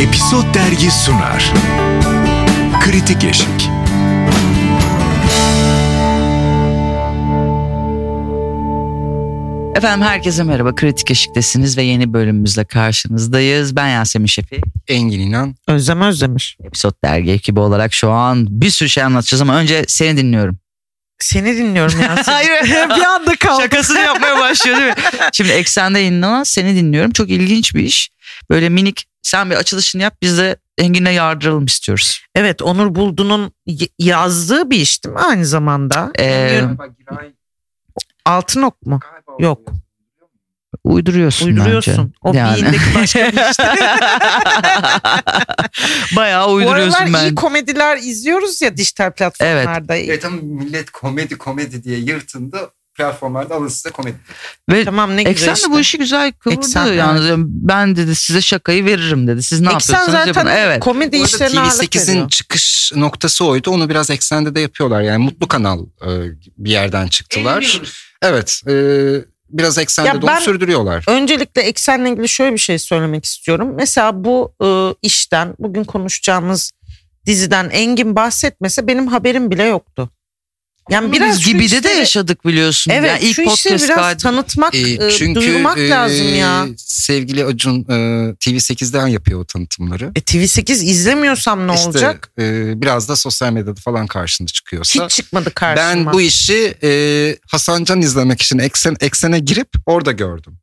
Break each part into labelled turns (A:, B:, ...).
A: Episod Dergi sunar. Kritik Eşik.
B: Efendim herkese merhaba. Kritik Eşik'tesiniz ve yeni bölümümüzle karşınızdayız. Ben Yasemin Şefik.
C: Engin İnan.
D: Özlem Özdemir.
B: Episod Dergi ekibi olarak şu an bir sürü şey anlatacağız ama önce seni dinliyorum.
D: Seni dinliyorum ya.
B: Hayır.
D: bir anda kaldım.
B: Şakasını yapmaya başlıyor değil mi? Şimdi Eksen'de yayınlanan seni dinliyorum. Çok ilginç bir iş. Böyle minik sen bir açılışını yap biz de Engin'e yardıralım istiyoruz.
D: Evet Onur Buldu'nun y- yazdığı bir iş değil mi aynı zamanda?
B: Ee,
D: Altın ok mu? Yok.
B: uyduruyorsun,
D: Uyduruyorsun. O
B: bence. Yani.
D: beyindeki başka bir iş.
B: Bayağı
D: Bu
B: uyduruyorsun
D: aralar
B: ben.
D: iyi komediler izliyoruz ya dijital platformlarda.
C: Evet ama millet komedi komedi diye yırtındı. Platformlarda alın size komedi.
B: Ve
D: Tamam ne güzel
B: Eksen
D: işte.
B: de bu işi güzel kıvırdı.
D: Eksen,
B: yani ben dedi size şakayı veririm dedi. Siz ne
D: Eksen
B: yapıyorsunuz
D: zaten
B: yapın. Evet.
D: komedi
C: Bu arada
D: işlerine ağırlık
C: TV8'in
D: veriyor.
C: çıkış noktası oydu. Onu biraz eksende de yapıyorlar. Yani Mutlu Kanal e, bir yerden çıktılar. Evet. e, biraz eksende
D: Ya
C: de onu
D: ben-
C: sürdürüyorlar.
D: Öncelikle eksenle ilgili şöyle bir şey söylemek istiyorum. Mesela bu e, işten bugün konuşacağımız diziden Engin bahsetmese benim haberim bile yoktu. Yani biraz
B: Biraz
D: şu
B: gibi de de
D: işleri-
B: yaşadık biliyorsun.
D: Evet
B: yani ilk
D: şu işi
B: podcast
D: biraz
B: kaydı-
D: tanıtmak,
C: E,
D: e,
C: çünkü
D: duyurmak
C: e,
D: lazım ya.
C: sevgili Acun e, TV8'den yapıyor o tanıtımları.
D: E, TV8 izlemiyorsam ne
C: İşte,
D: olacak?
C: e, biraz da sosyal medyada falan karşına çıkıyorsa.
D: Hiç çıkmadı karşıma.
C: Ben bu işi e, Hasan Can izlemek için eksen eksene girip orada gördüm.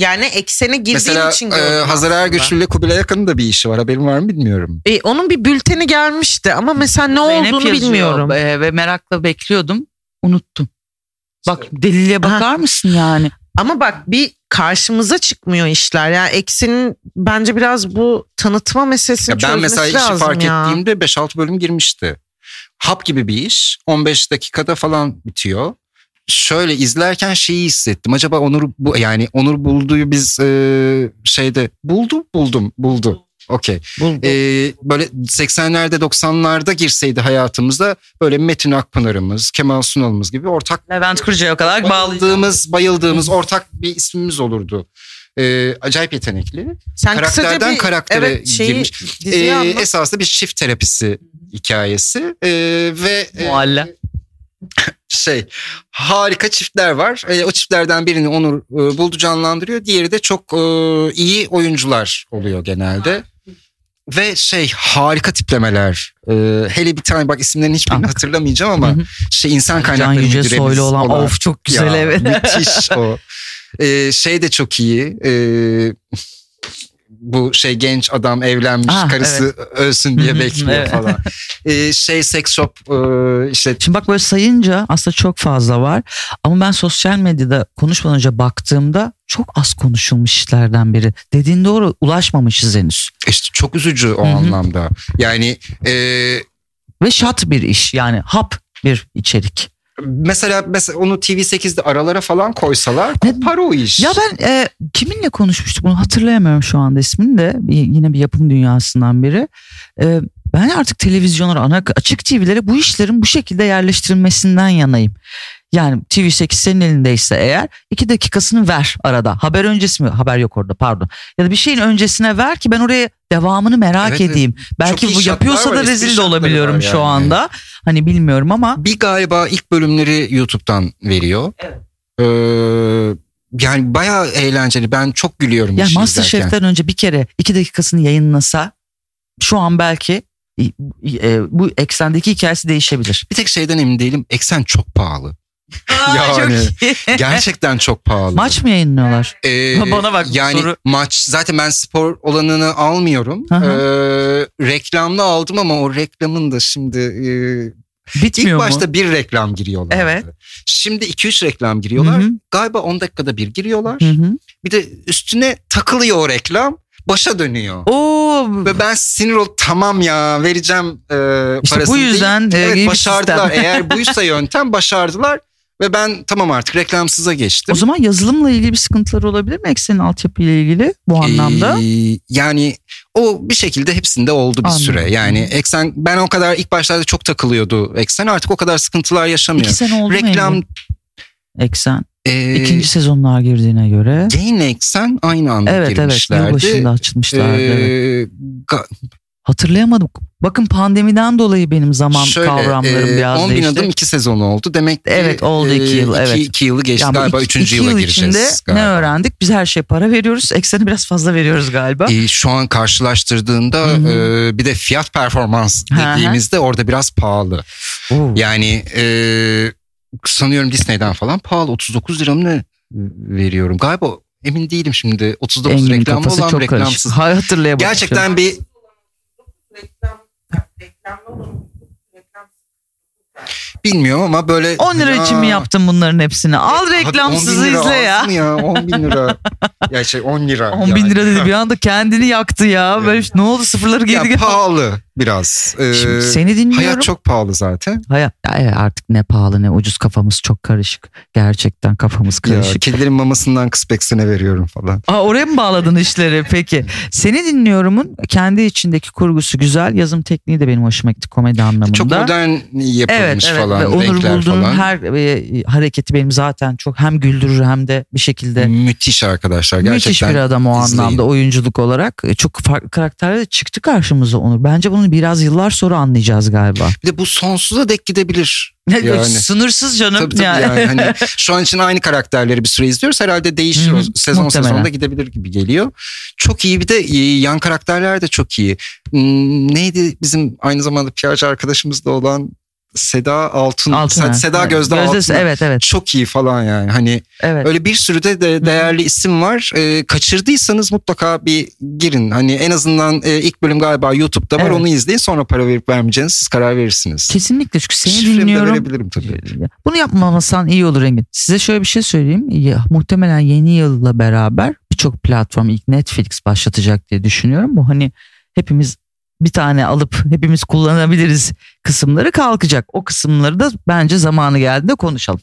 D: yani eksene girdiğim
C: Mesela
D: için
C: e,
D: gördüm
C: Hazar
D: aslında.
C: Ergüçlü ile Kubilay Akın'ın da bir işi var. Haberin var mı bilmiyorum.
D: E, onun bir bülteni gelmişti ama mesela ne
B: Zeynep
D: olduğunu
B: yazıyor,
D: bilmiyorum.
B: e, ve merakla bekliyordum. Unuttum. Bak
C: İşte.
B: delile bakar mısın yani?
D: Ama bak bir karşımıza çıkmıyor işler. Yani eksenin bence biraz bu tanıtma meselesini
C: Ya ben
D: çözmesi
C: mesela işi
D: lazım
C: fark
D: ya.
C: ettiğimde 5-6 bölüm girmişti. Hap gibi bir iş. 15 dakikada falan bitiyor. Şöyle izlerken şeyi hissettim. Acaba Onur bu yani Onur bulduğu biz e, şeyde buldu buldum buldu. Okey.
D: Buldum.
C: Ee, böyle 80'lerde 90'larda girseydi hayatımıza böyle Metin Akpınar'ımız, Kemal Sunal'ımız gibi ortak
B: Levent Kırca'ya kadar bağlı.
C: bayıldığımız, bayıldığımız ortak bir ismimiz olurdu. Ee, acayip yetenekli.
D: Sen
C: karakterden karaktere
D: evet, şeyi,
C: girmiş.
D: diziyi
C: Ee,
D: anlat.
C: esasında bir çift terapisi hikayesi Ee, ve e,
B: Mualla.
C: şey harika çiftler var. Ee, o çiftlerden birini Onur e, Buldu canlandırıyor. Diğeri de çok e, iyi oyuncular oluyor genelde. Ve şey harika tiplemeler. Ee, hele bir tane bak isimlerini hiçbirini
B: Bak.
C: hatırlamayacağım
B: Ah. Hı
C: ama
B: hı.
C: şey insan
B: Can
C: kaynakları
B: Yüce
C: müdüremiz
B: Soylu olan of çok güzel
C: Ya,
B: evet.
C: Müthiş o. Ee, şey de çok iyi. Ee, bu şey genç adam evlenmiş
B: Ah,
C: karısı ölsün diye
B: Hı hı,
C: bekliyor
B: evet.
C: falan. Ee, şey sex shop e, işte
B: Şimdi bak böyle sayınca aslında çok fazla var. Ama ben sosyal medyada konuşmadan önce baktığımda çok az konuşulmuş işlerden biri. Dediğin doğru ulaşmamışız henüz.
C: İşte çok üzücü o
B: Hı hı.
C: anlamda. Yani e,
B: Ve şat bir iş yani hap bir içerik.
C: mesela mesela onu TV8'de aralara falan koysalar
B: Ne-
C: kopar o iş.
B: Ya ben e, kiminle konuşmuştuk bunu hatırlayamıyorum şu anda ismini de Bir- yine bir yapım dünyasından biri. E, ben artık televizyonlara ana açık TV'lere bu işlerin bu şekilde yerleştirilmesinden yanayım. Yani TV8 senin elindeyse eğer iki dakikasını ver arada. Haber öncesi mi? Haber yok orada pardon. Ya da bir şeyin öncesine ver ki ben oraya devamını merak
C: Evet, evet.
B: edeyim. Belki
C: iyi
B: bu
C: şartlar
B: yapıyorsa
C: var,
B: da
C: espri
B: rezil de
C: şartları
B: olabiliyorum
C: var
B: şu
C: yani.
B: anda. Hani bilmiyorum ama
C: bir galiba ilk bölümleri YouTube'dan veriyor. Ee, yani bayağı eğlenceli. Ben çok gülüyorum.
B: Ya
C: işi izlerken.
B: Masterchef'ten önce bir kere iki dakikasını yayınlasa şu an belki e, e, bu eksendeki hikayesi değişebilir.
C: Bir tek şeyden emin değilim. Eksen çok pahalı. Yani. Gerçekten çok pahalı.
B: Eh, Maç mı yayınlıyorlar?
C: Ee,
B: Bana bak bu
C: yani
B: soru.
C: maç zaten ben spor olanını almıyorum.
B: Hı hı.
C: Ee, reklamlı aldım ama o reklamın da şimdi e, ilk
B: Bitmiyor mu?
C: başta bir reklam giriyorlar.
B: Evet.
C: Şimdi 2-3 reklam giriyorlar.
B: Hı hı.
C: Galiba 10 dakikada bir giriyorlar.
B: Hı hı.
C: Bir de üstüne takılıyor o reklam. Başa dönüyor.
B: Oo,
C: Ve ben sinir ol tamam ya vereceğim e,
B: İşte
C: parasını
B: bu
C: deyip-
B: yüzden, e, iyi
C: evet,
B: bir
C: başardılar.
B: sistem.
C: Eğer buysa yöntem başardılar. Ve ben tamam artık reklamsıza geçtim.
B: o zaman yazılımla ilgili bir sıkıntılar olabilir mi eksenin altyapıyla ilgili bu anlamda?
C: Ee, yani o bir şekilde hepsinde oldu bir
B: Anladım.
C: süre. Yani eksen ben o kadar ilk başlarda çok takılıyordu eksen artık o kadar sıkıntılar yaşamıyor.
B: İki sene oldu mu
C: Reklam
B: Engin? eksen?
C: Ee,
B: İkinci sezonlar girdiğine göre.
C: Gainex'ten aynı anda
B: Evet evet
C: girmişlerdi.
B: yılbaşında açılmışlardı. evet.
C: Ee, ga-
B: Hatırlayamadım. Bakın pandemiden dolayı benim zaman
C: şöyle,
B: kavramlarım
C: e,
B: biraz
C: 10 bin
B: değişti.
C: adım 2 sezon oldu. Demek ki
B: Evet, oldu iki yıl, evet.
C: 2 yılı geçti
B: Yani bu
C: galiba
B: iki-
C: 3.
B: iki
C: yıla
B: yıl
C: gireceğiz.
B: içinde
C: galiba.
B: ne öğrendik? Biz her şeye para veriyoruz. Ekseni biraz fazla veriyoruz galiba.
C: E, şu an karşılaştırdığında
B: Hı hı.
C: e, bir de fiyat performans
B: Hı hı.
C: dediğimizde orada biraz pahalı.
B: Oo.
C: Yani e, sanıyorum Disney'den falan pahalı 39 lira mı ne veriyorum galiba emin değilim şimdi 39
B: Engin'in
C: reklamlı
B: kafası
C: olan
B: çok
C: reklamsız.
B: karışık. Hayır hatırlayamadım.
C: Gerçekten bir
D: Reklam, reklamlı olan reklam
C: bilmiyorum ama böyle
B: 10 lira için mi
C: Aa,
B: yaptın bunların hepsini? Al
C: hak- 10
B: reklamsızı
C: bin lira
B: izle ya.
C: alsın 10 bin lira. ya şey 10 lira.
B: 10 bin
C: yani.
B: lira dedi bir anda kendini yaktı ya. Böyle
C: Evet.
B: ne oldu sıfırları
C: Ya
B: geri gel.
C: pahalı biraz. Ee,
B: Şimdi seni dinliyorum.
C: hayat çok pahalı zaten.
B: Hayat Ya evet, artık ne pahalı ne ucuz kafamız çok karışık. Gerçekten kafamız
C: Ya,
B: karışık.
C: kedilerin mamasından kıspeksine veriyorum falan.
B: Aa, oraya mı bağladın işleri peki? Seni dinliyorumun kendi içindeki kurgusu güzel. Yazım tekniği de benim hoşuma gitti komedi anlamında.
C: Çok modern yapılmış
B: Evet evet
C: falan.
B: ve Onur
C: renkler
B: Bulduğ'un
C: falan.
B: her e, hareketi benim zaten çok hem güldürür hem de bir şekilde
C: Müthiş arkadaşlar Hmm, gerçekten.
B: müthiş bir adam o
C: izleyin.
B: anlamda oyunculuk olarak. E, Çok farklı karakterler de çıktı karşımıza Onur. Bence bunu biraz yıllar sonra anlayacağız galiba.
C: Bir de bu sonsuza dek gidebilir. Yani.
B: Sınırsız canım.
C: Tabii tabii
B: yani.
C: yani hani şu an için aynı karakterleri bir süre izliyoruz. Herhalde değişir
B: Hı hı,
C: o sezon
B: muhtemelen.
C: sezonda gidebilir gibi geliyor. Çok iyi bir de e, yan karakterler de çok iyi. Hmm, Neydi bizim aynı zamanda PR'cı arkadaşımız da olan Seda Altın.
B: Altına.
C: Se- Hani Seda
B: Evet.
C: Gözde, Altın.
B: Evet evet
C: Çok iyi falan yani. Hani
B: evet.
C: öyle bir sürü de, de değerli isim var. E, kaçırdıysanız mutlaka bir girin. Hani en azından e, ilk bölüm galiba YouTube'da var.
B: Evet.
C: Onu izleyin. Sonra para verip vermeyeceğiniz siz karar verirsiniz.
B: Kesinlikle çünkü seni
C: Şifremi de
B: dinliyorum.
C: verebilirim tabii.
B: Ee, Bunu yapmamasan iyi olur Engin. Size şöyle bir şey söyleyeyim. Ya, muhtemelen yeni yılla beraber birçok platform ilk Netflix başlatacak diye düşünüyorum. Bu hani hepimiz bir tane alıp hepimiz kullanabiliriz kısımları kalkacak. O kısımları da bence zamanı geldiğinde konuşalım.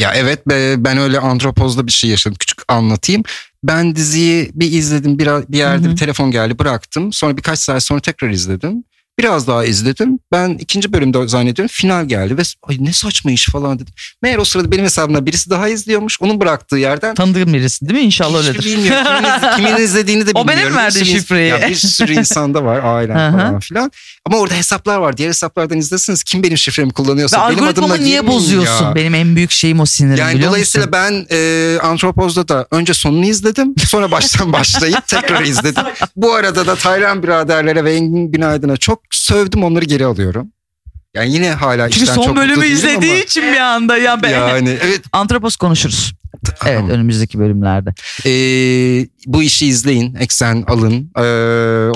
C: Ya evet be- ben öyle antropozda bir şey yaşadım. Küçük anlatayım. Ben diziyi bir izledim bir, bir yerde
B: Hı hı.
C: bir telefon geldi bıraktım. Sonra birkaç saat sonra tekrar izledim. Biraz daha izledim. Ben ikinci bölümde zannediyorum final geldi ve ay ne saçma iş falan dedim. Meğer o sırada benim hesabımda birisi daha izliyormuş. Onun bıraktığı yerden
B: Tanıdığım birisi değil mi? İnşallah
C: hiç
B: öyledir.
C: bilmiyor. Kimin, iz- kimin izlediğini de
B: O benim
C: bilmiyorum. Bir
B: verdiği
C: sürü ins-
B: şifreyi.
C: Ya bir sürü insanda var
B: Hı
C: ailem
B: hı.
C: falan filan. Ama orada hesaplar var. Diğer hesaplardan izlesiniz. Kim benim şifremi
B: Ve
C: kullanıyorsa benim adımla
B: algoritmamı niye
C: girmeyin
B: bozuyorsun?
C: ya.
B: Benim en büyük şeyim o sinirim
C: Yani
B: biliyor
C: dolayısıyla
B: musun?
C: ben e, Antropoz'da da önce sonunu izledim. Sonra baştan başlayıp tekrar izledim. Bu arada da Taylan biraderlere ve Engin Günaydın'a çok sövdüm onları geri alıyorum. Yani yine hala
B: Çünkü
C: işten
B: son
C: çok mutlu
B: bölümü
C: değilim
B: izlediği için bir anda ya ben
C: ama yani evet
B: Antropos konuşuruz. Evet
C: Tamam.
B: önümüzdeki bölümlerde.
C: e, bu işi izleyin. Eksen alın. E,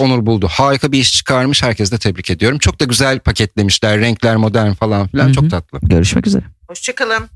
C: Onur buldu. Harika bir iş çıkarmış. Herkese de tebrik ediyorum. Çok da güzel paketlemişler. Renkler modern falan filan.
B: Hı hı.
C: Çok tatlı.
B: Görüşmek üzere.
D: Hoşçakalın.